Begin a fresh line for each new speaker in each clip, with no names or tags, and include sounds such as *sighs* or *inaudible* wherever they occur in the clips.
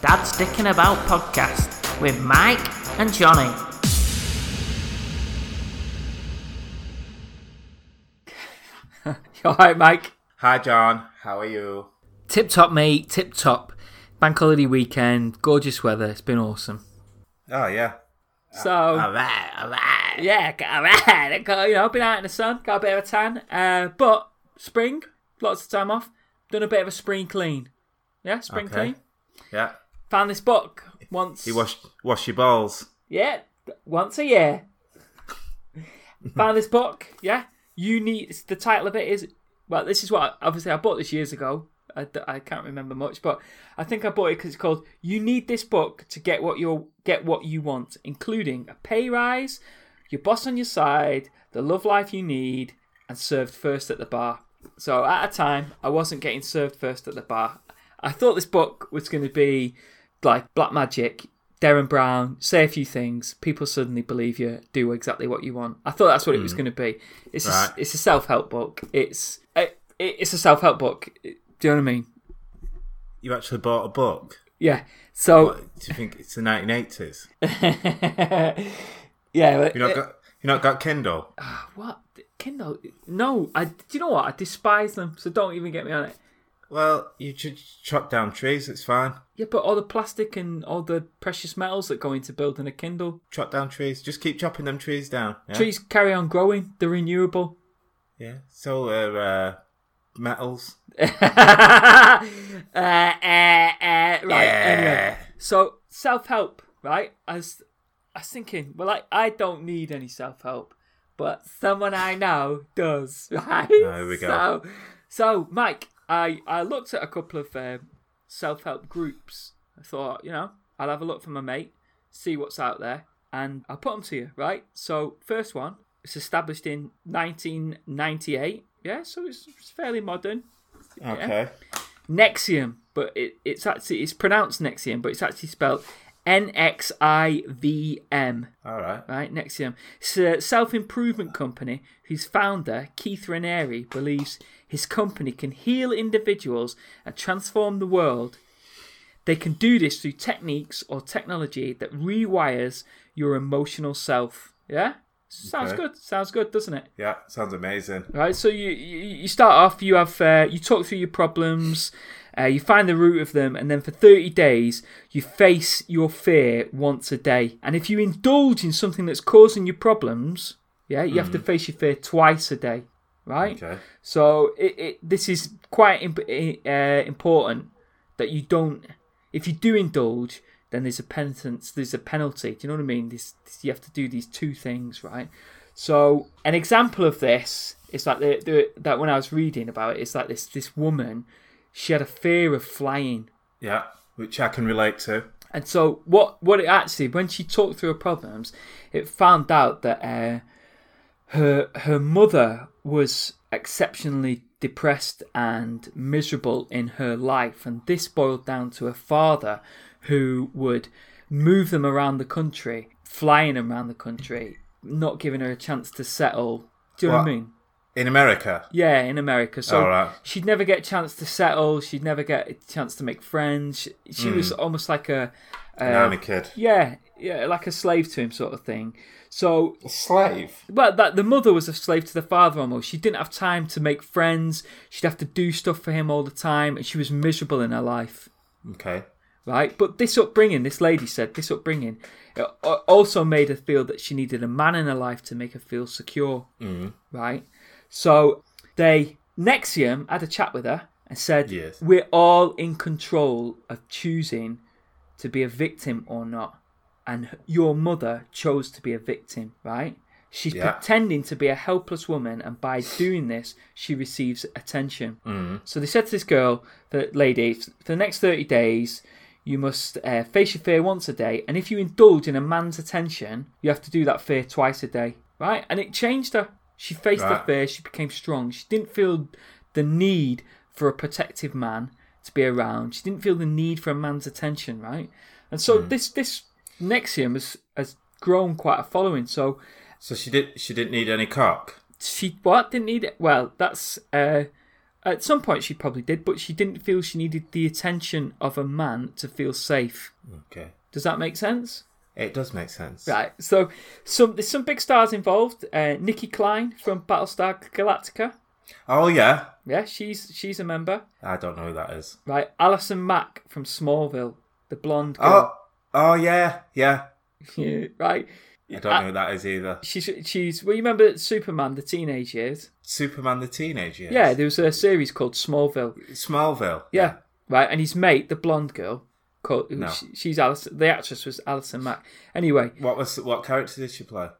That Sticking About podcast with Mike and *laughs* Johnny. All right, Mike.
Hi, John. How are you?
Tip top, mate. Tip top. Bank holiday weekend. Gorgeous weather. It's been awesome.
Oh, yeah.
So
All right, all right.
yeah, got- all right. Got, you know, been out in the sun, got a bit of a tan. Uh, but spring, lots of time off. Done a bit of a spring clean. Yeah, spring
Okay.
clean.
Yeah.
Found this book once.
You wash, wash your balls.
Yeah, once a year. Found this book. Yeah, you need. it's- The title of it is well. This is what obviously I bought this years ago. I, d- I can't remember much, but I think I bought it because it's called "You Need This Book to Get What You Get What You Want," including a pay rise, your boss on your side, the love life you need, and served first at the bar. So at a time, I wasn't getting served first at the bar. I thought this book was going to be like black magic, Darren Brown, say a few things, people suddenly believe you, do exactly what you want. I thought that's what it was going to be. It's
Right.
a, it's a self help book. It's it, it's a self help book. Do you know what I mean?
You actually bought a book.
Yeah. So
Do you think it's the 1980s?
*laughs* yeah, but-
You not got you not got Kindle?
what Kindle? No, I. Do you know what? I despise them. So don't even get me on it.
Well, you should chop down trees. It's fine.
Yeah, but all the plastic and all the precious metals that go into building a Kindle.
Chop down trees. Just keep chopping them trees down. Yeah.
Trees carry on growing. They're renewable.
Yeah. Solar uh, metals.
*laughs* uh, uh, uh, right. Anyway, so self help, right? I was, I was thinking, well, I, I don't need any self help, but someone I know does, *laughs* right?
here we go.
So, so Mike, I, I looked at a couple of um, self help groups. I thought, you know, I'll have a look for my mate, see what's out there, and I'll put them to you, right? So, first one, it's established in 1998. Yeah, so it's, it's fairly modern.
Okay.
Nexium, but it, it's actually it's pronounced Nexium, but it's actually spelled N X I V M.
All right.
Right, Nexium. It's a self improvement company whose founder Keith Raniere believes his company can heal individuals and transform the world. They can do this through techniques or technology that rewires your emotional self. Yeah, sounds
Okay.
good. Sounds good, doesn't it?
Yeah. Sounds amazing.
right? So you you you start off, you have uh, you talk through your problems, uh, you find the root of them, and then for thirty days you face your fear once a day. And if you indulge in something that's causing you problems, yeah, you have to face your fear twice a day, right?
Okay.
So it, it this is quite imp- uh, important that you don't. If you do indulge, then there's a penitence. There's a penalty. Do you know what I mean? This, this you have to do these two things, right? So an example of this is like the, the, that when I was reading about it, it's like this this woman, she had a fear of flying,
Yeah. Which I can relate to.
and so what what it actually when she talked through her problems, it found out that uh, her her mother was exceptionally depressed and miserable in her life, and this boiled down to her father, who would move them around the country, flying them around the country, not giving her a chance to settle. Do you know what I
Well,
mean?
In America.
Yeah, in America. So
All right.
she'd never get a chance to settle. She'd never get a chance to make friends. She, she
Hmm.
was almost like a,
An army kid.
yeah, yeah, like a slave to him, sort of thing. So,
A slave.
but that the mother was a slave to the father almost. She didn't have time to make friends. She'd have to do stuff for him all the time, and she was miserable in her life,
Okay.
right? But this upbringing, this lady said, this upbringing it a- also made her feel that she needed a man in her life to make her feel secure,
Mm.
right? So they Nexium had a chat with her and said,
Yes.
"We're all in control of choosing to be a victim or not." And your mother chose to be a victim, right? She's
Yeah.
pretending to be a helpless woman, and by doing this, she receives attention.
Mm.
Mm-hmm. So they said to this girl, the lady, for the next 30 days, you must uh, face your fear once a day, and if you indulge in a man's attention, you have to do that fear twice a day, right? And it changed her. She faced her
Right.
fear, she became strong. She didn't feel the need for a protective man to be around. She didn't feel the need for a man's attention, right? And so this this Nexium has has grown quite a following. So
So she did. She didn't need any cock.
she what didn't need it. Well, that's uh, At some point, she probably did, but she didn't feel she needed the attention of a man to feel safe.
Okay.
Does that make sense?
It does make sense.
Right. So, some there's some big stars involved. Uh, Nikki Klein from Battlestar Galactica.
Oh, yeah.
Yeah, she's she's a member.
I don't know who that is.
Right. Alison Mack from Smallville, the blonde
Oh,
girl. *laughs*
oh yeah. Yeah.
Yeah, right.
I don't
Uh,
know who that is either.
She's she's. Well, you remember Superman, the teenage years.
Superman the Teenage Years.
Yeah, there was a series called Smallville.
Smallville.
Yeah. Right, and his mate, the blonde girl, called, who
No.
she- she's Alison. The actress was Alison Mack. Anyway,
What was what character did she play?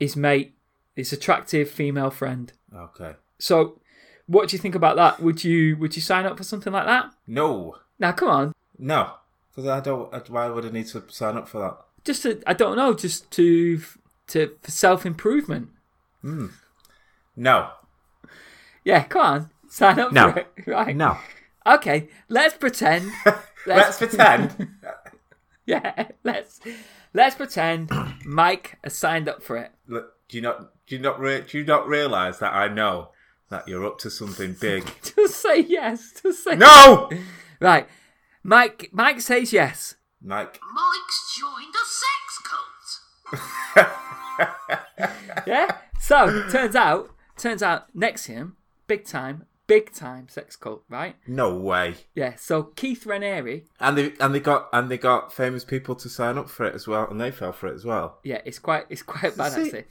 his mate, his attractive female friend.
Okay.
So, what do you think about that? Would you would you sign up for something like that?
No.
Now, come on,
No. Because I don't. I- Why would I need to sign up for that?
just to I don't know, just to to for self improvement.
No.
Yeah, come on, sign up
No.
for it. *laughs* Right.
No.
Okay, let's
*laughs*
pretend.
Let's pretend.
*laughs*
*laughs*
Yeah, let's let's
*clears throat*
pretend Mike has signed up for it. *laughs*
Look, do you not? Do you not? Re- do you not realize that I know that you're up to something big?
Just say yes. Just say
no.
Right. Mike Mike says yes.
Mike.
Mike's joined a sex cult.
Yeah? So turns out turns out next to him, big time, big time sex cult, right?
No way.
Yeah, so Keith Raniere,
And they and they got and they got famous people to sign up for it as well, and they fell for it as well.
yeah, it's quite it's quite bad
See-
actually.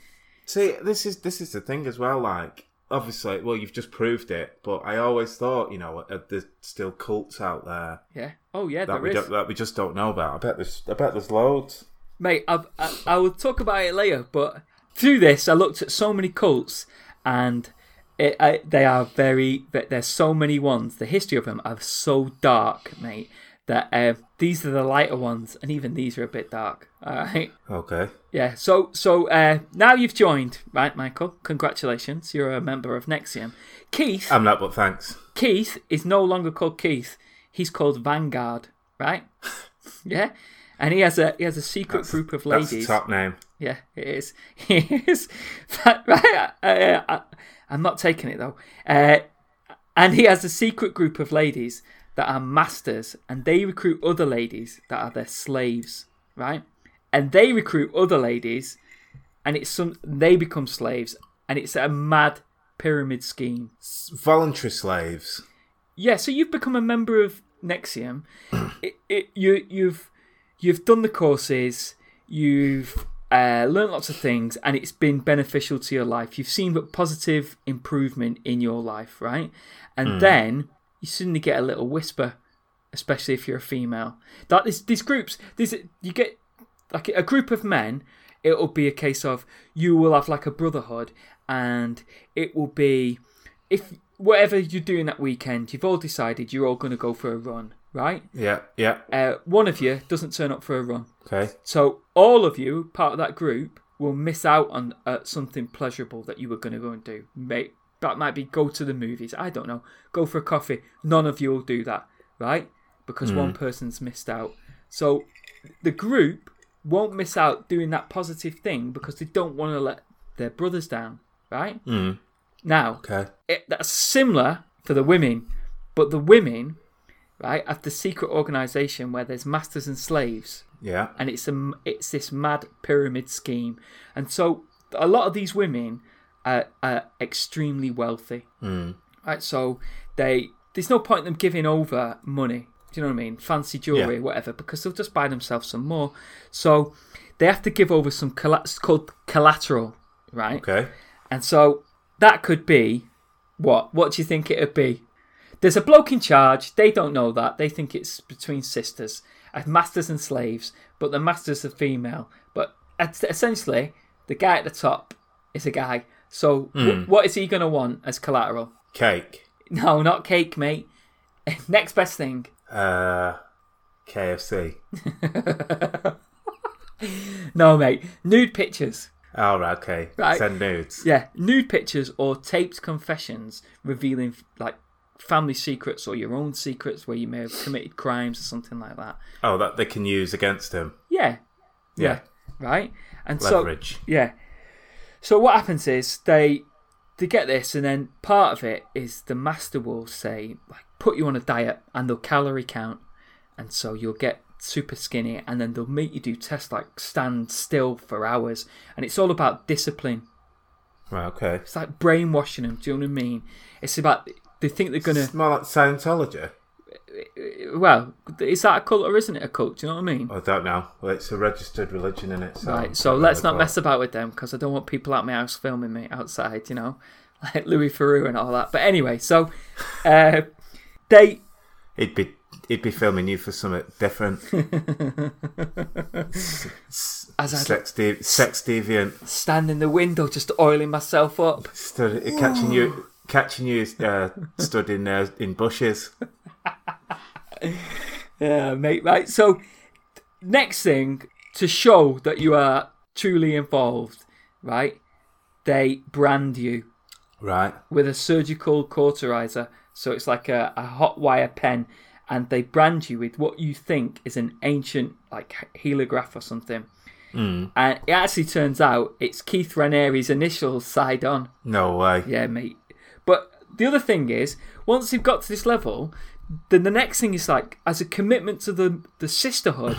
See, this is this is the thing as well. Like, obviously, well, you've just proved it, but I always thought, you know, uh, there's still cults out there
Yeah. Oh yeah,
that
there
we
is.
don't, that we just don't know about. I bet there's I bet there's loads.
Mate, I've, I I will talk about it later, but through this I looked at so many cults and it, I, they are very but there's so many ones. The history of them are so dark, mate. That uh, these are the lighter ones, and even these are a bit dark. *laughs* All right.
Okay.
Yeah, so so uh, now you've joined, right, Michael? Congratulations, you're a member of Nexium. Keith,
I'm not, but thanks.
Keith is no longer called Keith. He's called Vanguard,
*laughs*
right? yeah, and he has a he has a secret group of
That's the
ladies.
top name.
Yeah, it is. *laughs* It is. right, uh, I, I'm not taking it though. Uh, and he has a secret group of ladies that are masters, and they recruit other ladies that are their slaves, right? And they recruit other ladies, and it's some they become slaves, and it's a mad pyramid scheme.
S- Voluntary slaves.
Yeah, so you've become a member of Nexium. it, it, you, you've you've done the courses, you've uh, learned lots of things, and it's been beneficial to your life. You've seen but positive improvement in your life, right? And then you suddenly get a little whisper, especially if you're a female. That is these groups. These you get like a group of men. It'll be a case of you will have like a brotherhood, and it will be if whatever you're doing that weekend, you've all decided you're all going to go for a run, right?
Yeah. Yeah.
Uh, one of you doesn't turn up for a run,
Okay.
so all of you, part of that group, will miss out on uh, something pleasurable that you were going to go and do. Mate, that might be go to the movies. I don't know. Go for a coffee. None of you will do that, right? Because one person's missed out. So the group won't miss out doing that positive thing because they don't want to let their brothers down, right? Now,
Okay.
it, that's similar for the women, but the women, right, have the secret organisation where there's masters and slaves,
Yeah.
and it's a it's this mad pyramid scheme, and so a lot of these women are, are extremely wealthy, right? So they there's no point in them giving over money. Do you know what I mean? Fancy jewelry,
Yeah.
whatever, because they'll just buy themselves some more. So they have to give over some colla- it's called collateral, right?
Okay.
And so that could be what? What do you think it would be? There's a bloke in charge. They don't know that. They think it's between sisters, uh, masters and slaves, but the masters are female. But es- essentially, the guy at the top is a guy. So wh- what is he going to want as collateral? *laughs*
Cake.
No, not cake, mate. *laughs* Next best thing.
Uh, KFC.
No, mate. Nude pictures.
All right. Okay.
Right.
Send nudes.
Yeah, nude pictures or taped confessions revealing like family secrets or your own secrets where you may have committed crimes or something like that.
Oh, that they can use against him.
Yeah,
Yeah.
right. And so
Leverage.
yeah. So what happens is they they get this, and then part of it is the master will say, like, put you on a diet and they'll calorie count, and so you'll get super skinny, and then they'll make you do tests like stand still for hours, and it's all about discipline.
Right, okay.
It's like brainwashing them. Do you know what I mean? It's about they think they're gonna.
It's more like Scientology.
Well, is that a cult or isn't it a cult? Do you know what I mean?
I don't know. Well, it's a registered religion in it. So
Right, so let's not mess about with them because I don't want people at my house filming me outside, you know, *laughs* like Louis Theroux and all that. But anyway, so uh, they
It'd be it'd be filming you for something different. S-
As *laughs* I-
sex, de- sex deviant,
stand in the window just oiling myself up.
Stud- catching you catching you uh,
*laughs*
stood in uh, in bushes.
Yeah, uh, mate, right. So next thing to show that you are truly involved, right? They brand you
Right.
with a surgical cauterizer. So it's like a, a hot wire pen, and they brand you with what you think is an ancient like heliograph or something. And it actually turns out it's Keith Ranieri's initials side on.
No way.
Yeah, mate. But the other thing is, once you've got to this level, then the next thing is like as a commitment to the the sisterhood,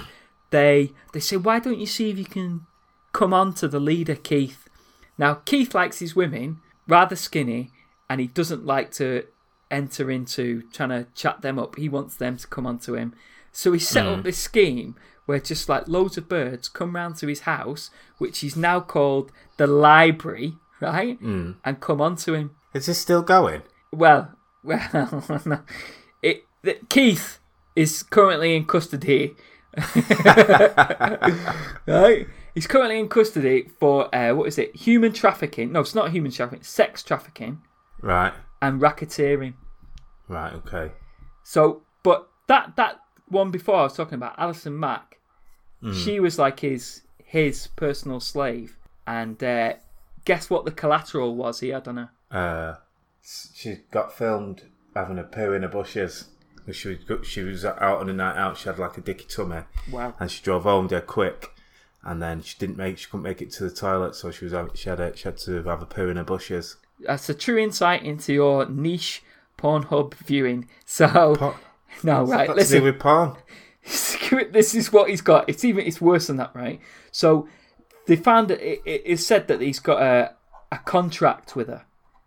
they they say, why don't you see if you can come on to the leader, Keith? Now Keith likes his women rather skinny, and he doesn't like to enter into trying to chat them up. He wants them to come on to him. So he set up this scheme where just like loads of birds come round to his house, which he's now called the library, right? Mm. And come on to him.
Is this still going?
Well, *laughs* well, no. it that Keith is currently in custody. right? He's currently in custody for uh, what is it? Human trafficking? No, it's not human trafficking. It's sex trafficking
Right.
and racketeering.
Right. Okay.
So, but that that one before I was talking about, Alison Mack, she was like his his personal slave, and uh, guess what? The collateral was he had on her.
Uh, s- she got filmed having a poo in the bushes. She was go- she was out on a night out. She had like a dicky tummy,
Wow.
and she drove home dead quick. And then she didn't make she couldn't make it to the toilet, so she was out, she had a, she had to have a poo in her bushes.
that's a true insight into your niche Pornhub viewing. So
Porn-
*laughs* no, right.
Got to
Listen,
do
*laughs*
with porn.
this is what he's got. It's even it's worse than that, right? So they found that it, it is said that he's got a a contract with her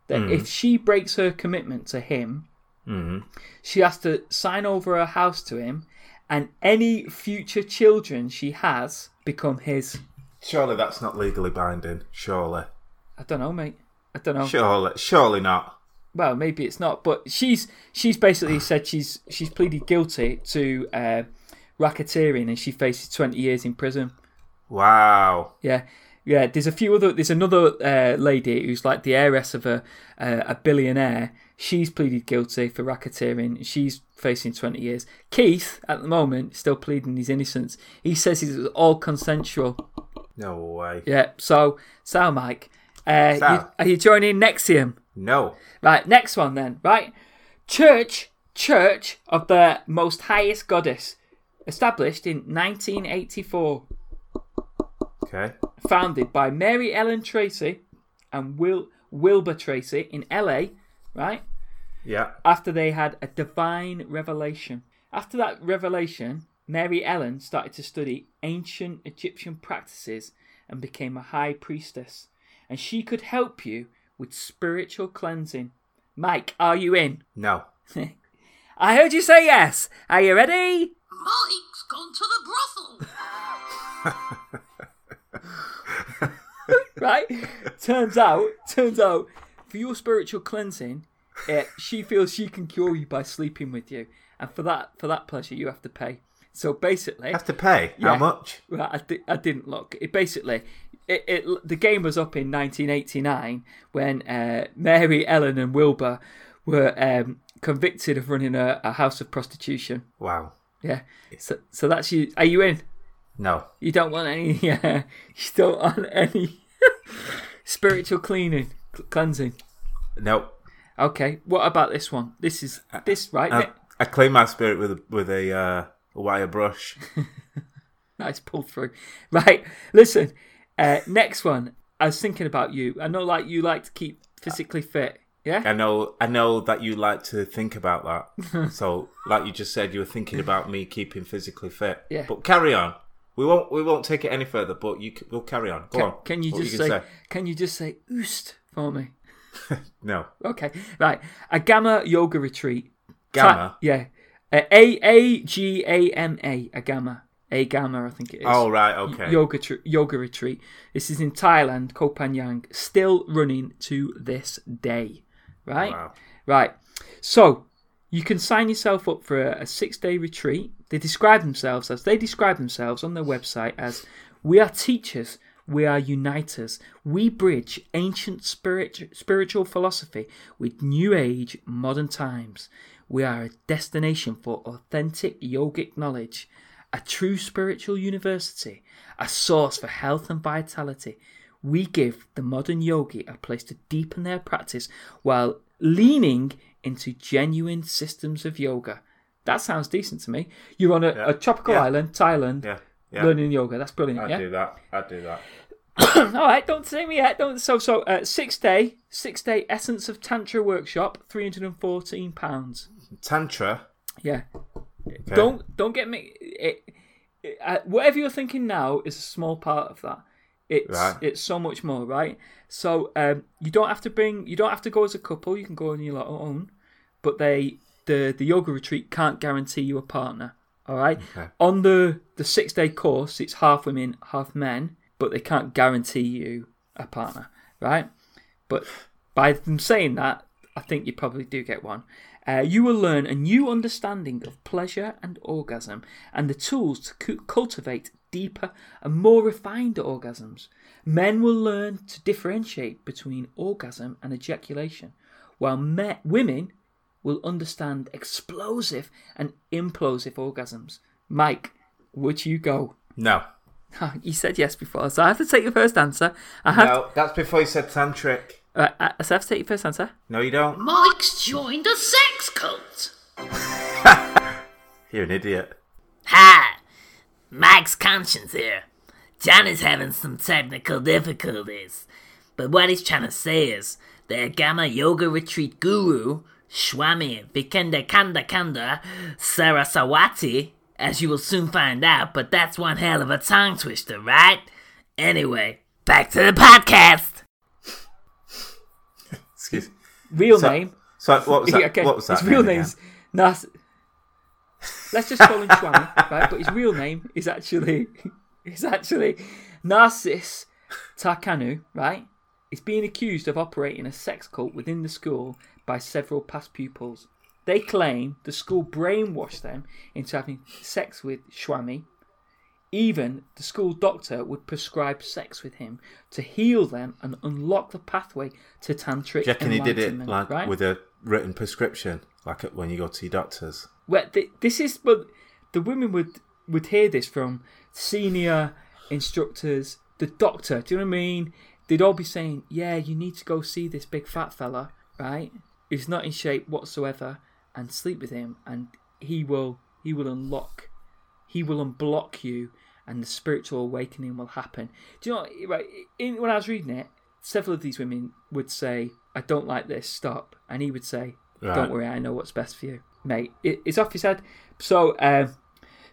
that
Hmm.
if she breaks her commitment to him,
Mm-hmm.
she has to sign over her house to him, and any future children she has become his.
Surely that's not legally binding. Surely,
I don't know, mate. I don't know.
surely, surely not.
well, maybe it's not, but she's she's basically said she's she's pleaded guilty to uh, racketeering and she faces twenty years in prison.
Wow.
Yeah, yeah. There's a few other. There's another uh, lady who's like the heiress of a uh, a billionaire. She's pleaded guilty for racketeering. She's facing twenty years. Keith, at the moment, still pleading his innocence. He says it was all consensual.
No way.
Yeah. So, so Mike, uh,
Sal.
you, are you joining Nexium?
No.
Right, next one then. Right, Church, Church of the Most Highest Goddess, established in 1984,
Okay.
founded by Mary Ellen Tracy and Will Wilbur Tracy in L.A. Right
Yeah.
after they had a divine revelation. After that revelation, Mary Ellen started to study ancient Egyptian practices and became a high priestess, and she could help you with spiritual cleansing. Mike, are you in?
No.
I heard you say yes. Are you ready?
Mike's gone to the
*laughs*
brothel.
*laughs*
Right. turns out, turns out, for your spiritual cleansing, eh, she feels she can cure you by sleeping with you, and for that, for that pleasure, you have to pay. So basically,
Have to pay.
Yeah.
How much?
Well, I, di- I didn't look. It basically, it, it the game was up in 1989 when uh, Mary Ellen and Wilbur were um, convicted of running a, a house of prostitution.
Wow.
Yeah. So, so that's you. Are you in?
No.
You don't want any. *laughs* Yeah. You don't want any *laughs* spiritual cleaning, cl- cleansing.
No.
Okay. What about this one? This is
Uh,
this right?
I, I clean my spirit with a, with a uh, wire brush.
Nice pull through. *laughs* Right, listen. Uh, next one. I was thinking about you. I know, like you like to keep physically fit. Yeah.
I know, I know that you like to think about
*laughs*
that. so, like you just said, you were thinking about me keeping physically fit.
Yeah.
But carry on. We won't, we won't take it any further. But you, c- we'll carry on. Go
Can,
on.
can you
What were
just
gonna
say, Can you just say oost for me?
no?
Okay. Right. A gamma yoga retreat.
Gamma.
Ta- yeah. A A A G A M A. A gamma. A gamma. I think it is.
Oh right, okay.
Yoga tr- yoga retreat. This is in Thailand, Koh Phangan. Still running to this day. Right.
Wow.
Right. So you can sign yourself up for a, a six day retreat. They describe themselves as they describe themselves on their website as we are teachers, we are uniters, we bridge ancient spirit, spiritual philosophy with new age modern times. We are a destination for authentic yogic knowledge, a true spiritual university, a source for health and vitality. We give the modern yogi a place to deepen their practice while leaning into genuine systems of yoga. That sounds decent to me. You're on a, a tropical
Yeah.
island, Thailand,
Yeah, yeah.
learning yoga. That's brilliant.
I'd
yeah.
do that. I'd do that.
*laughs* All right, don't see me yet. Don't. So, so uh, six day, six day essence of tantra workshop, three hundred and fourteen pounds.
Tantra.
Yeah.
Okay.
Don't don't get me. It, it, uh, whatever you're thinking now is a small part of that. It's
Right.
it's so much more, right? So um, you don't have to bring. You don't have to go as a couple. You can go on your lo- own. But they the the yoga retreat can't guarantee you a partner. All right. On the the six day course, it's half women, half men, but they can't guarantee you a partner, right? But by them saying that, I think you probably do get one. Uh, you will learn a new understanding of pleasure and orgasm and the tools to cu- cultivate deeper and more refined orgasms. Men will learn to differentiate between orgasm and ejaculation, while me- women will understand explosive and implosive orgasms. Mike, would you go? *laughs*
No.
You said yes before, so I have to take your first answer. I have,
No. That's before you said tantric.
right, I- so I have to take your first answer.
No, you don't.
Mike's joined a sex cult.
You're an idiot.
Hi, Mike's conscience here. John is having some technical difficulties, but what he's trying to say is the Agama Yoga Retreat Guru, Swami Vikenda Kanda Kanda Saraswati, as you will soon find out, but that's one hell of a tongue twister, right? Anyway, back to the podcast.
Excuse.
Real
So-
name.
So
*laughs*
what was that?
okay,
What was that?
his real
then again?
name's Nas. Let's just call him Swami, *laughs* right? But his real name is actually *laughs* is actually Narcis Takanu, right? He's being accused of operating a sex cult within the school by several past pupils. They claim the school brainwashed them into having sex with Swami. Even the school doctor would prescribe sex with him to heal them and unlock the pathway to tantric
Do you reckon he did it
enlightenment,
like
right?
with a written prescription, like at- when you go to your doctors?
Well, th- this is but the women would would hear this from senior instructors, the doctor. Do you know what I mean? They'd all be saying, "Yeah, you need to go see this big fat fella, right? Who's not in shape whatsoever, and sleep with him, and he will he will unlock, he will unblock you, and the spiritual awakening will happen." Do you know? what- Right? In, when I was reading it, several of these women would say, "I don't like this. Stop," and he would say,
Right.
"Don't worry, I know what's best for you, mate." It, it's off his head. So um,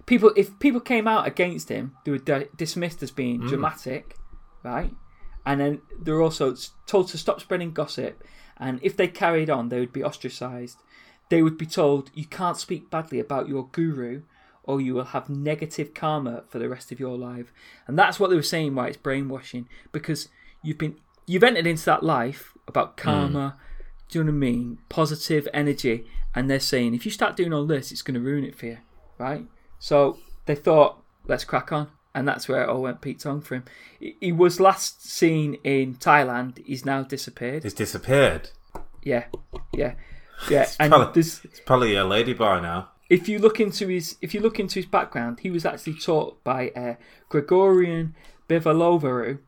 people, if people came out against him, they were di- dismissed as being dramatic, right? And then they were also s- told to stop spreading gossip, and if they carried on, they would be ostracised. They would be told, "You can't speak badly about your guru." Or you will have negative karma for the rest of your life, and that's what they were saying. Why it's brainwashing because you've been you've entered into that life about karma, do you know what I mean? Positive energy. And they're saying, if you start doing all this, it's going to ruin it for you, right? So they thought, let's crack on. And that's where it all went Pete Tong for him. He- He was last seen in Thailand. He's now disappeared.
He's disappeared.
Yeah, yeah, yeah. And
probably-
there's,
It's probably a lady by now.
if you look into his if you look into his background, he was actually taught by uh, Gregorian Bivalovaru,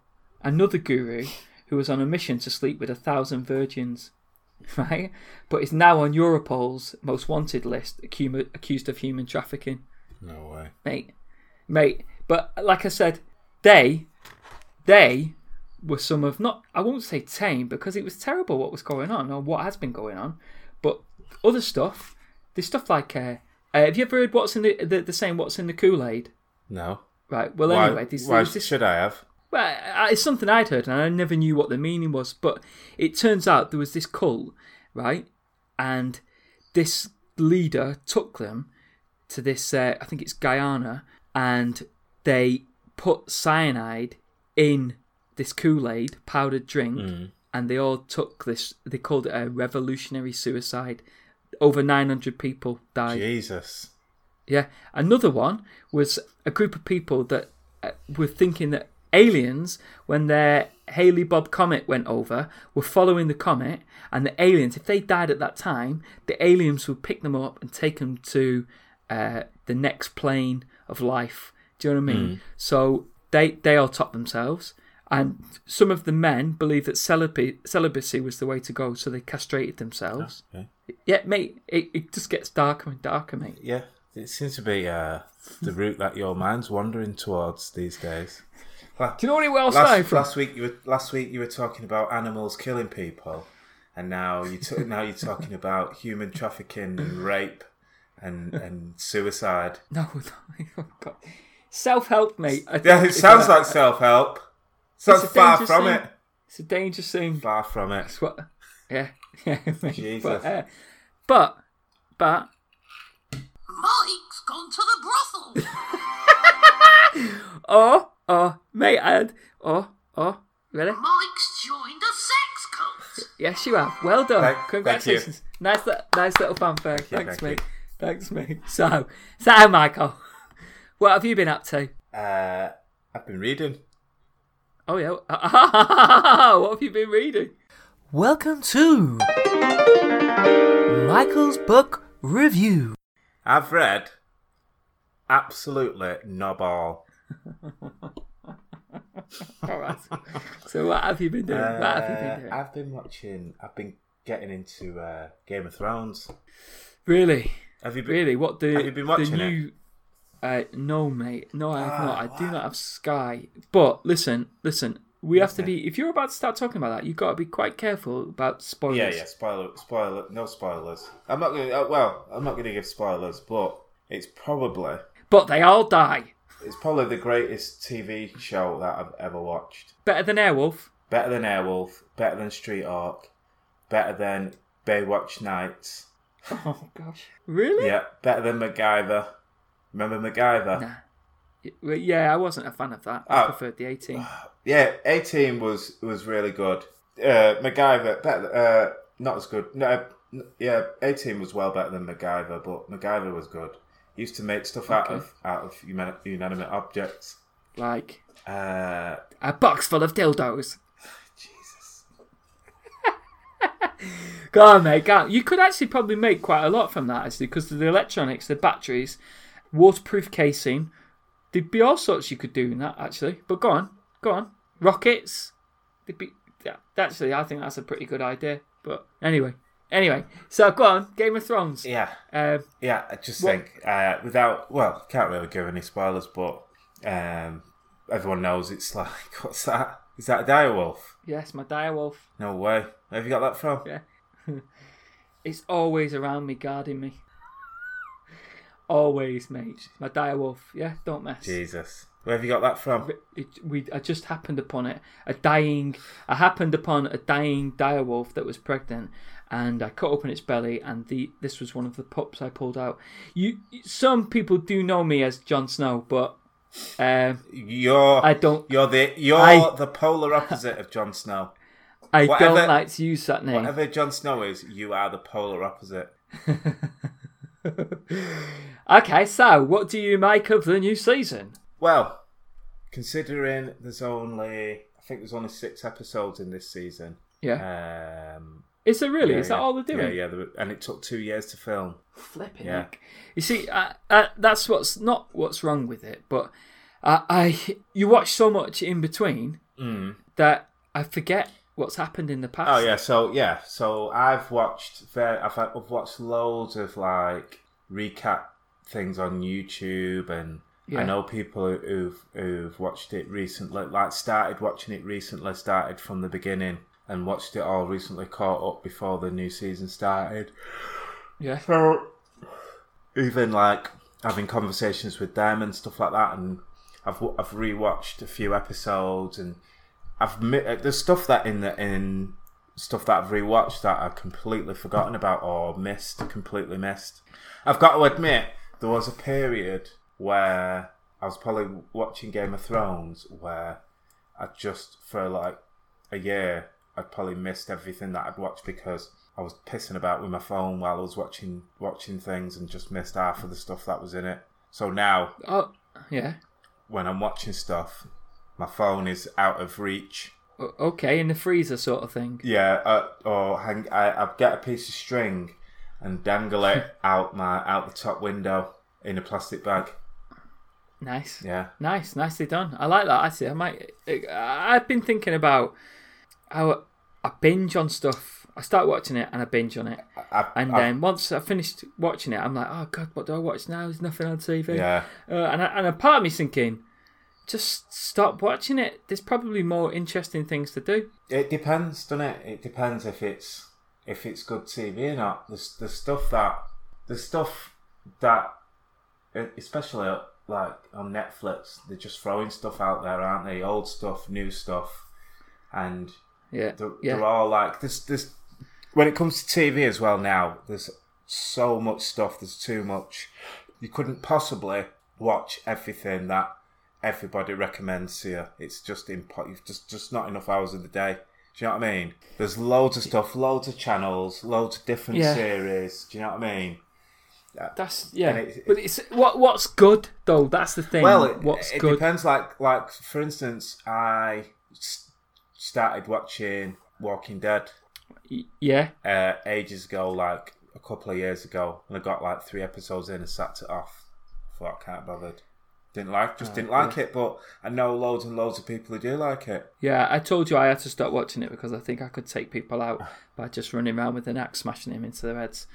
another guru who was on a mission to sleep with a thousand virgins, *laughs* right? But is now on Europol's most wanted list, acu- accused of human trafficking,
No way.
mate, mate. But like I said, they they were some of not I won't say tame because it was terrible what was going on or what has been going on, but other stuff. There's stuff like uh, uh, have you ever heard what's in the the, the saying what's in the Kool Aid?
No.
Right. Well,
Why,
anyway, there's,
why
there's this
should I have?
well, I- it's something I'd heard, and I never knew what the meaning was. But it turns out there was this cult, right? And this leader took them to this, uh, I think it's Guyana, and they put cyanide in this Kool Aid powdered drink, and they all took this. They called it a revolutionary suicide. Over 900 people died.
Jesus.
Yeah. Another one was a group of people that uh, were thinking that aliens, when their Haley Bob comet went over, were following the comet, and the aliens, if they died at that time, the aliens would pick them up and take them to uh, the next plane of life. Do you know what I mean? So they they all top themselves. And some of the men believed that celibacy, celibacy was the way to go, so they castrated themselves.
Okay.
Yeah, mate, it, it just gets darker and darker, mate.
Yeah, it seems to be uh, the route that your mind's wandering towards these days.
Do you know what it well started
Last,
from?
last week you were last week you were talking about animals killing people, and now you t- *laughs* now you're talking about human trafficking and rape and and suicide.
No, no, *laughs* oh God. Self help, mate. I
Yeah,
think
it
it's
sounds
a-
like self help. Sounds
a
far
dangerous
from
thing.
it.
it's a dangerous thing.
*laughs* Far from it.
It's what, yeah, *laughs* yeah, mate.
Jesus.
But, uh, but, but,
Mike's gone to the brothel.
oh, oh, mate, I had, oh, oh, ready?
Mike's joined a sex cult.
Yes, you have. Well done.
Thank- thank you.
Congratulations. Nice, li- nice little fanfare. Thanks,
thank
mate.
you.
Thanks, mate. *laughs* So, so, Michael, *laughs* what have you been up to?
Uh, I've been reading.
Oh, yeah. *laughs* what have you been reading?
Welcome to Michael's Book Review.
I've read absolutely knob all.
All right. so, what have you been doing? what have you been doing?
Uh, I've been watching. I've been getting into uh, Game of Thrones.
Really,
Have you been?
really. What the
Have you been watching
the
it?
new? Uh, no, mate. No, I have not. I do
wow.
not have Sky. But listen, listen. We have to be. If you're about to start talking about that, you've got to be quite careful about spoilers.
Yeah, yeah. Spoiler, spoiler. No spoilers. I'm not gonna. Uh, well, I'm not gonna give spoilers, but it's probably
But they all die.
it's probably the greatest TV show that I've ever watched.
Better than Airwolf.
Better than Airwolf. Better than Street Arc. Better than Baywatch Nights.
Oh gosh. Really?
Yeah. Better than MacGyver. Remember MacGyver?
Nah. Y- well, Yeah, I wasn't a fan of that. I
Oh.
preferred the 18.
Yeah, eighteen was was really good. Uh, MacGyver, better, uh, not as good. No, n- yeah, eighteen was well better than MacGyver, but MacGyver was good. He used to make stuff out
Okay.
of out of human, inanimate objects.
Like
Uh,
a box full of dildos.
Jesus,
Go on, mate. Go on. You could actually probably make quite a lot from that, actually, because the electronics, the batteries, waterproof casing. There'd be all sorts you could do in that, actually. But go on, go on. Rockets. There'd be. yeah, Actually, I think that's a pretty good idea. But anyway, anyway. So go on, Game of Thrones.
yeah,
Uh,
yeah. I just think uh, without well, can't really give any spoilers, but um, everyone knows it's *laughs* like what's that? Is that a direwolf?
yes, my direwolf.
No way. Where have you got that from?
Yeah. It's always around me, guarding me. Always, mate. My direwolf. Yeah, don't mess.
Jesus, where have you got that from?
it, we I just happened upon it a dying I happened upon a dying direwolf that was pregnant and I cut open its belly and the this was one of the pups I pulled out you some people do know me as Jon Snow but um,
You're
I don't
You're the you're
I-
the polar opposite of
*laughs*
Jon Snow.
I
whatever-
don't like to use that name
Whatever Jon Snow is, you are the polar opposite.
*laughs* okay so what do you make of the new season
Well, considering there's only I think there's only six episodes in this season.
yeah
Um,
is there really
Uh, yeah,
is that
yeah.
all they're doing
Yeah, yeah. there were- And it took two years to film.
flipping
Yeah.
heck. You see, I, I, that's what's not what's wrong with it, but I, I you watch so much in between
Hmm.
that I forget what's happened in the past.
Oh yeah. So yeah. So I've watched. Very, I've, I've watched loads of like recap things on YouTube and
Yeah.
I know people who- who've who've watched it recently, like started watching it recently, started from the beginning and watched it all recently, caught up before the new season started.
Yeah.
So even like having conversations with them and stuff like that, and I've wa- I've rewatched a few episodes, and I've mi- uh, there's stuff that in the in stuff that I've rewatched that I've completely forgotten about or missed, completely missed. I've got to admit, there was a period where I was probably watching Game of Thrones where I just for like a year I'd probably missed everything that I'd watched because I was pissing about with my phone while I was watching watching things and just missed half of the stuff that was in it. So now
Oh, yeah.
when I'm watching stuff, my phone is out of reach.
O- okay, in the freezer sort of thing.
Yeah, uh, or hang, I, I get a piece of string and dangle it out my out the top window in a plastic bag.
Nice.
Yeah,
Nice, nicely done. I like that. Actually, I might. I- I've been thinking about how I binge on stuff. I start watching it and I binge on it,
I,
and
I-
then once I finished watching it, I'm like, oh god, what do I watch now? There's nothing on TV.
yeah,
Uh, and I, and a part of me's thinking, just stop watching it. There's probably more interesting things to do.
it depends, doesn't it? It depends if it's if it's good TV or not. The the stuff that the stuff that e, especially like on Netflix, they're just throwing stuff out there, aren't they? Old stuff, new stuff, and
Yeah,
they're,
yeah,
they're all like this. This when it comes to TV as well now, there's so much stuff. There's too much. You couldn't possibly watch everything that everybody recommends to you. It's just impo- you've just just not enough hours in the day. Do you know what I mean? There's loads of stuff, loads of channels, loads of different
Yeah.
series. Do you know what I mean?
that's yeah.
and it-
but it's what what's good though. That's the thing.
Well, it,
what's
it
good?
depends. Like, like for instance, I s- started watching Walking Dead.
Y- Yeah,
uh, ages ago, like a couple of years ago, and I got like three episodes in and sacked it off. Thought I can't bothered. Didn't like,
Oh,
just didn't like it. But I know loads and loads of people who do like it.
yeah. I told you I had to stop watching it because I think I could take people out by just running around with an axe, smashing them into their heads,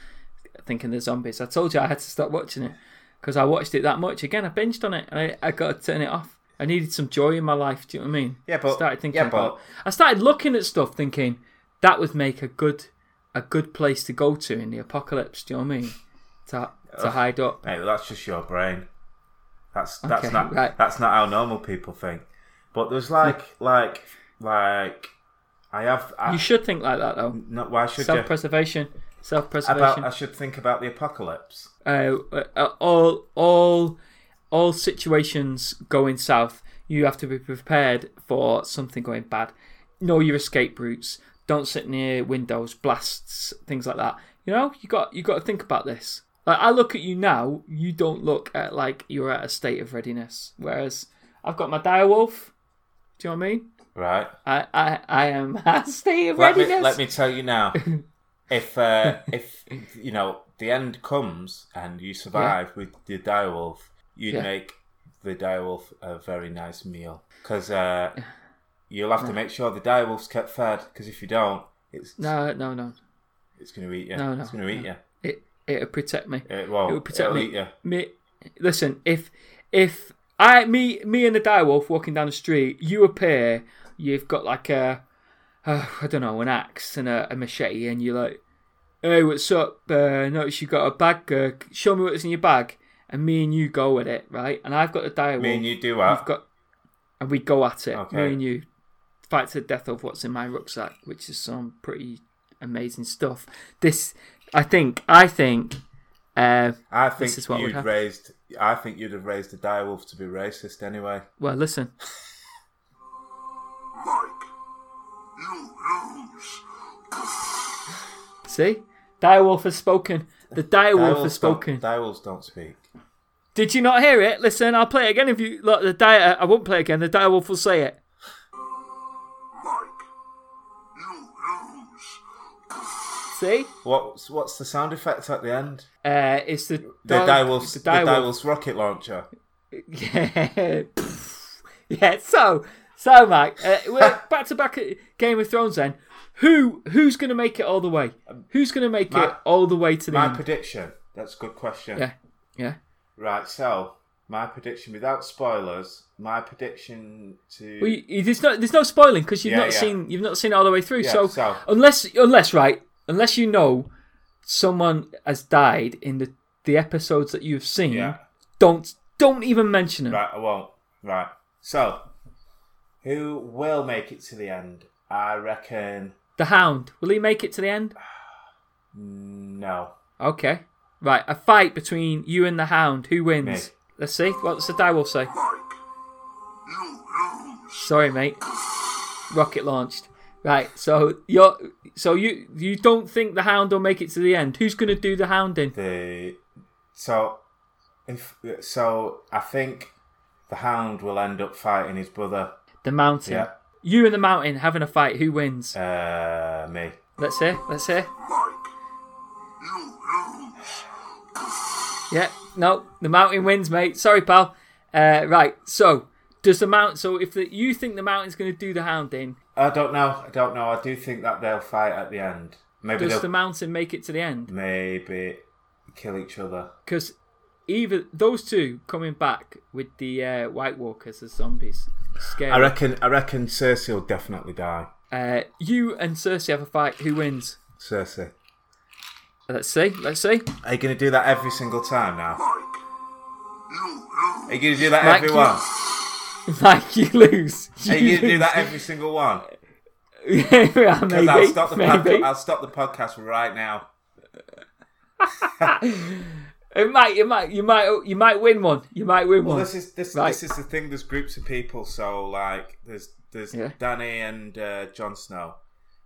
thinking they're zombies. I told you I had to stop watching it because I watched it that much. Again, I binged on it and I, I got to turn it off. I needed some joy in my life. Do you know what I mean?
Yeah, but-
started thinking
yeah, but-
about. I started looking at stuff, thinking that would make a good a good place to go to in the apocalypse. Do you know what I mean? To to hide up.
Hey, well, that's just your brain. That's that's
Okay,
not
right.
that's not how normal people think. But there's like like like I have. I,
You should think like that though.
no, why should
Self
you?
preservation. Self
About
preservation.
I should think about the apocalypse.
uh, uh, all all all situations going south, you have to be prepared for something going bad. Know your escape routes. Don't sit near windows, blasts, things like that. You know, you got you got to think about this. Like I look at you now, you don't look at like you're at a state of readiness. Whereas I've got my direwolf. Do you know what I mean?
Right.
I I, I am *laughs* at a state of
let me,
readiness.
let me tell
*laughs*
you now if uh, if you know the end comes and you survive with the direwolf you'd
Yeah.
make the direwolf a very nice meal because uh, you'll have to make sure the direwolf's kept fed because if you don't it's
No, no, no.
it's going to eat you
No, no,
it's going to eat
no. It it'll protect me.
you it won't
It would protect
It'll
me.
eat you
me listen if if i me me and the direwolf walking down the street you appear you've got like a *sighs* uh, i don't know an axe and a, a machete and you're like hey what's up uh, notice you got a bag uh, show me what's in your bag and me and you go at it right and i've got the direwolf
me and you do
have
that
got and we go at it
Okay.
me and you fight to the death of what's in my rucksack which is some pretty amazing stuff this i think i think uh
I think
This is what would
you'd
happen.
raised I think you'd have raised the direwolf to be racist anyway
well listen
Mike, you lose.
See? Direwolf has spoken. The direwolf has
Direwolves don't-
spoken.
direwolves don't speak
Did you not hear it? Listen, I'll play it again if you look the dire I won't play it again, the direwolf will say it.
Mike, you lose.
See?
what's what's the sound effect at the end
Uh it's the
The
dog-
Direwolf's,
the Mm.
the
direwolf.
Direwolf's rocket launcher.
*laughs* Yeah. yeah, so so Mike, uh,
*laughs*
we're back to back at Game of Thrones then. Who who's gonna make it all the way? Who's gonna make
my-
it all the way to the
My
end?
prediction. That's a good question.
yeah. Yeah.
Right, so My prediction, without spoilers, my prediction to
Well, you, you- there's no there's no spoiling because you've
Yeah,
not
yeah.
seen you've not seen it all the way through.
Yeah,
so,
so-
unless unless right unless you know someone has died in the the episodes that you've seen,
yeah,
don't don't even mention it.
right, I won't. Right, so who will make it to the end? I reckon
The Hound will he make it to the end?
no.
Okay, right. A fight between you and the Hound. Who wins?
Me.
Let's see. What's the die will say?
Mike, you lose.
Sorry, mate. Rocket launched. Right. So you're so you you don't think the Hound will make it to the end? Who's gonna do the Hounding?
The so if so, I think the Hound will end up fighting his brother.
The Mountain.
Yeah,
You and the Mountain having a fight. Who wins?
uh, me.
Let's hear. Let's hear.
Mike, you lose.
Yeah. No, the mountain wins, mate. Sorry, pal. Uh, right. So, does the mountain? So, if the, you think the mountain's going to do the hounding,
I don't know. I don't know. I do think that they'll fight at the end. Maybe
does
they'll
the mountain make it to the end?
maybe kill each other.
Because either those two coming back with the uh, White Walkers as zombies, scary.
I reckon. I reckon Cersei will definitely die.
uh, you and Cersei have a fight. Who wins?
Cersei.
Let's see. Let's see. *laughs*
Are you going to do that every single time now?
Mike, you
Are you going
lose.
to do that
Mike,
every
you-
*laughs* one?
Like you lose.
Are you going to do
lose.
that every single one?
*laughs* yeah,
Because
maybe.
I'll stop the pod-
maybe.
I'll stop the podcast right now.
It might. It might. You might. You might win one. You might win
Well,
one.
this is this
Right.
this is the thing. There's groups of people. So like, there's there's
Yeah.
Danny and uh, Jon Snow.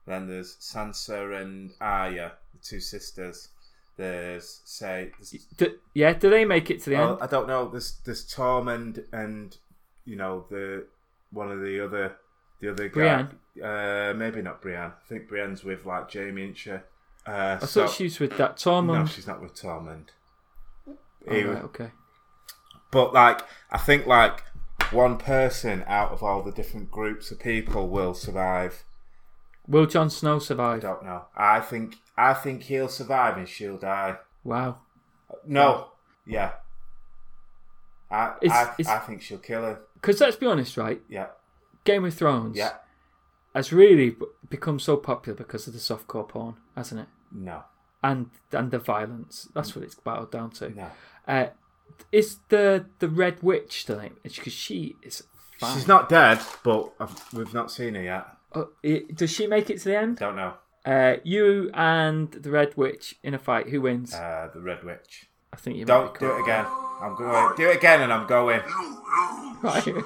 Then there's Sansa and Arya, the two sisters. There's say, there's,
Do- yeah. Do they make it to the end?
well, I don't know. There's there's Tom and and you know the one of the other the other guy. Uh, maybe not Brienne. I think Brienne's with like Jamie and she. Uh,
I thought she was with that Tom.
No,
and-
she's not with Tom and.
Oh,
He-
right, okay.
but like I think like one person out of all the different groups of people will survive.
Will Jon Snow
I
survive?
don't know. I think I think he'll survive and she'll die.
Wow.
No, yeah. I
It's-
I,
it's-
I think she'll kill him.
Because let's be honest, right?
Yeah,
Game of Thrones
yeah.
has really b- become so popular because of the softcore porn, hasn't it?
No,
And and the violence. That's what it's battled down to.
no.
Uh, is the the Red Witch still? Because she is. Fine.
She's not dead, but I've, we've not seen her yet.
Oh, i- does she make it to the end?
Don't know.
Uh, you and the Red Witch in a fight. Who wins?
Uh, the Red Witch.
I think you.
Don't
might be
do it
correct.
again. I'm going. Do it again, and I'm going.
*laughs* Right.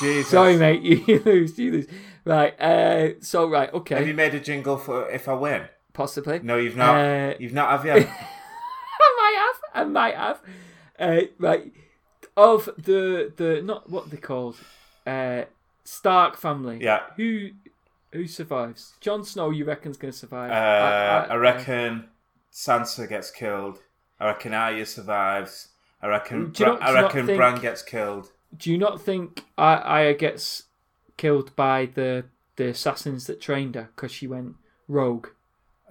Jesus.
Sorry, mate. *laughs* You lose. You lose. Right. Uh, so right.
Have you
Okay.
made a jingle for if I win?
Possibly.
No, you've not.
Uh,
you've
*laughs*
not, have you?
I might have. I might have. Uh, right. Of the the not what they called uh, Stark family.
Yeah.
Who who survives? Jon Snow. You reckon's going to survive? uh,
Uh, I, reckon Sansa gets killed. I reckon Arya survives. I reckon.
Do you
Bra-
not- do
I
you not
reckon
think-
Bran gets killed.
Do you not think I Arya gets killed by the the assassins that trained her because she went rogue?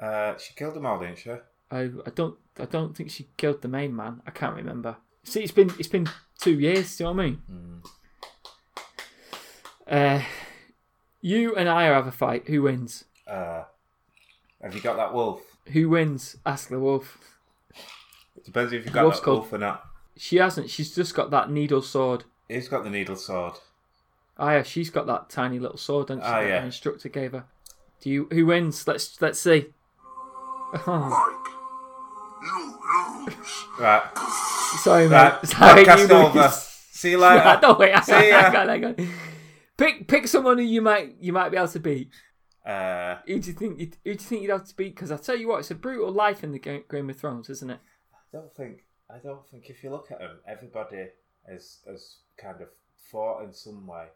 Uh, she killed them all, didn't she?
I, I don't I don't think she killed the main man. I can't remember. See, it's been it's been two years. Do you know what I mean?
Hmm.
Uh, you and I have a fight. Who wins?
Uh, have you got that wolf?
Who wins? Ask the wolf.
It depends if you've got
Wolf's
that
called-
wolf or not.
She hasn't. She's just got that needle sword.
Who's got the needle sword?
Aya, she's got that tiny little sword, and she
Ah,
that
yeah.
her instructor gave her. Do you? Who wins? Let's let's see. Oh,
Mike, you lose.
Right,
sorry,
right.
mate. *laughs* Sorry,
Podcast
you
over.
lose.
See you later.
no, wait. *laughs* I,
*laughs* See uh, ya.
got, I got. Pick pick someone who you might you might be able to beat.
Uh,
Who do you think? You'd, who do you think you'd have to beat? Because I tell you what, it's a brutal life in the Ga- Game of Thrones, isn't it?
I don't think. I don't think if you look at them, everybody has has kind of fought in some way.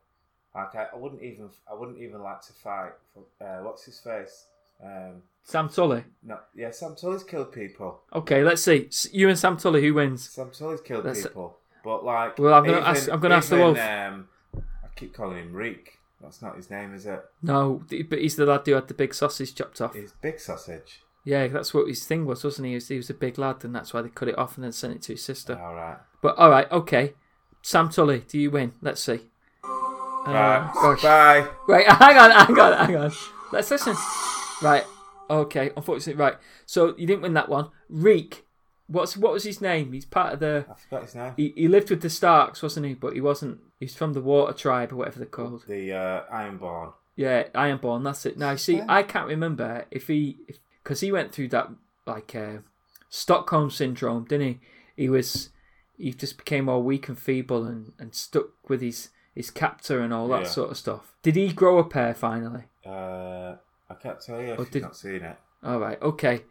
Like I, I wouldn't even. I wouldn't even like to fight. For, uh, what's his face? Um,
Sam Tully.
No, yeah, Sam Tully's killed people.
Okay, let's see. S- You and Sam Tully, who wins?
Sam Tully's killed
That's-
people. But like,
Well, I'm gonna ask- I'm gonna ask the wolf.
Um, I keep calling him Reek. That's not his name, is it?
No, th- but he's the lad who had the big sausage chopped off.
He's Big Sausage.
Yeah, that's what his thing was, wasn't he? He was, he was a big lad, and that's why they cut it off and then sent it to his sister.
All right.
But all right, okay. Sam Tully, do you win? Let's see.
Right.
Oh, gosh.
Bye.
Right, *laughs* hang on, hang on, hang on. Let's listen. Right, okay. Unfortunately, right. So you didn't win that one. Reek. What's what was his name? He's part of the.
I forgot his name.
He, he lived with the Starks, wasn't he? But he wasn't. He's from the Water Tribe or whatever they're called.
The uh, Ironborn.
Yeah, Ironborn. That's it. Now you see, I can't remember if he because he went through that like uh, Stockholm syndrome, didn't he? He was he just became all weak and feeble and, and stuck with his his captor and all that
Yeah.
sort of stuff. Did he grow a pair finally?
Uh, I can't tell you if
Oh,
you've
did-
not seen it.
All right, okay.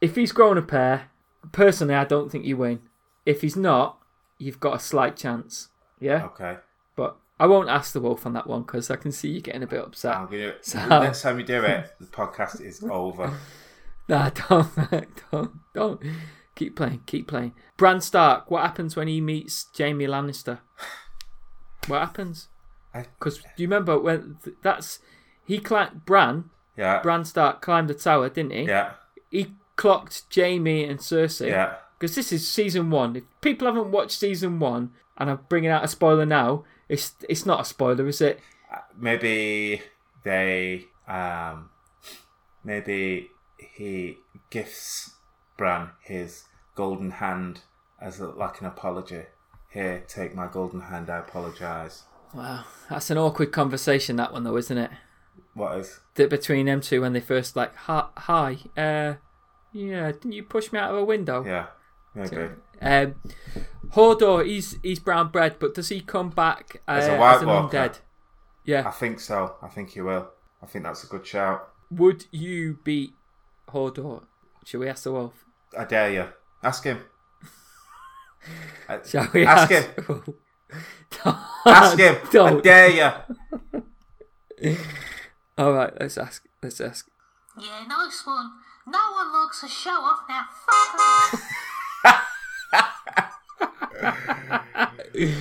If he's grown a pair, personally, I don't think you win. If he's not, you've got a slight chance. Yeah,
Okay.
but I won't ask the wolf on that one because I can see you getting a bit upset.
I'm gonna.
So-
Next time you do it, the podcast is over.
*laughs* Nah, don't, *laughs* don't, don't. Keep playing, keep playing. Bran Stark. What happens when he meets Jamie
*sighs*
Lannister? What happens?
I-
Because do you remember when th- that's he climbed Bran?
Yeah.
Bran Stark climbed the tower, didn't he?
Yeah.
He clocked Jamie and Cersei.
Yeah.
Because this is season one. If people haven't watched season one, and I'm bringing out a spoiler now, it's it's not a spoiler, is it?
Uh, Maybe they. Um. Maybe he gifts Bran his golden hand as a, like an apology. Here, take my golden hand. I apologize.
Wow, that's an awkward conversation. That one though, isn't it?
What is?
that between them two when they first like hi, hi uh yeah didn't you push me out of a window
Yeah. Maybe.
um Hordor he's he's brown bread but does he come back uh,
As
as,
a White
an
Walker. Ah.
undead yeah
I think so. I think he will. I think that's a good shout.
would you beat Hordor should we ask the wolf
I dare you. Ask him.
*laughs*
I-
shall we
ask
ask,
him?
him *laughs*
Ask him. I
Don't.
dare
*laughs*
you.
all right let's ask let's ask
Yeah, nice one. No one likes a show off now. Fuck off.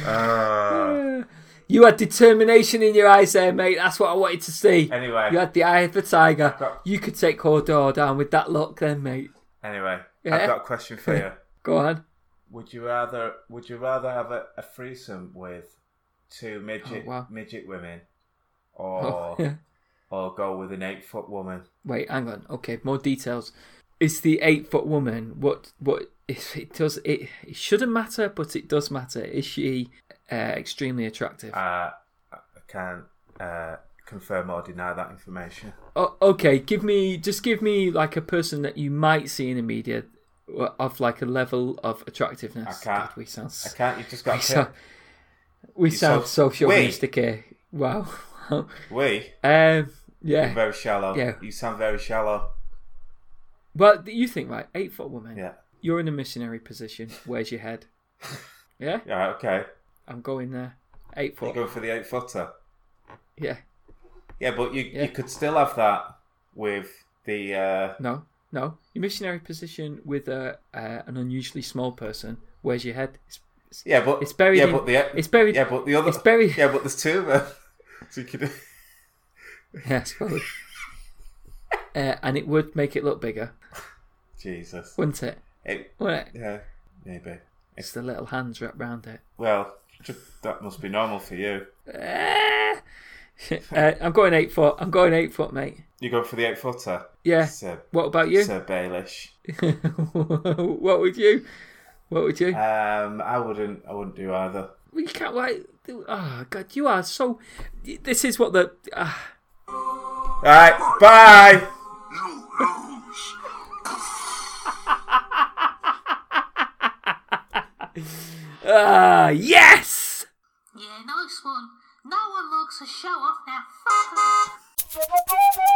Uh,
you had determination in your eyes there mate that's what I wanted to see
Anyway.
you had the eye of the tiger
got-
you could take Hordor down with that look then mate
anyway,
Yeah.
I've got a question
*laughs*
for you.
go on
Would you rather? Would you rather have a, a threesome with two midget
Oh, wow.
midget women, or
oh *laughs* yeah
or go with an eight foot woman?
Wait, hang on. Okay, more details. It's the eight foot woman. What? What? It, it does. It, it shouldn't matter, but it does matter. Is she uh, extremely attractive?
Uh, I can't uh, confirm or deny that information.
O- okay, give me just give me like a person that you might see in the media uh, of like a level of attractiveness.
I can't.
God, we sound s-
I can't. You
*laughs*
just got
we
to
sound, we sound
so-
so
Wait.
chauvinistic here. Wow. *laughs* um.
We
Yeah.
very shallow.
Yeah.
You sound very shallow.
Well, you think right? Eight foot woman.
Yeah.
You're in a missionary position. Where's your
*laughs*
head? Yeah.
Yeah. Okay.
I'm going there. Eight
You're
foot.
going for the eight footer.
Yeah.
Yeah, but you
Yeah.
you could still have that with the uh,
No. No. Your missionary position with a uh, an unusually small person. Where's your head? It's,
yeah, but
It's buried
Yeah,
in-
but the uh,
it's buried- *laughs*
Yeah, but the other
it's buried-
Yeah, but there's two of them. *laughs* So you could. *laughs*
yes. Well, uh, and it would make it look bigger,
Jesus.
wouldn't it?
It,
Wouldn't it?
yeah, maybe.
It's the little hands wrapped round it.
Well, ju- that must be normal for you.
Ah! *laughs* uh, I'm going eight foot. I'm going eight foot, mate.
You go for the eight footer,
Yeah.
Sir,
What about you?
Sir Baelish.
*laughs* what would you? What would you?
Um, I wouldn't. I wouldn't do either.
We can't wait. Oh God, you are so. This is what the. ah.
All right, bye.
You lose.
Ah, yes!
Yeah, nice one. No one likes a show off now. Fuck off.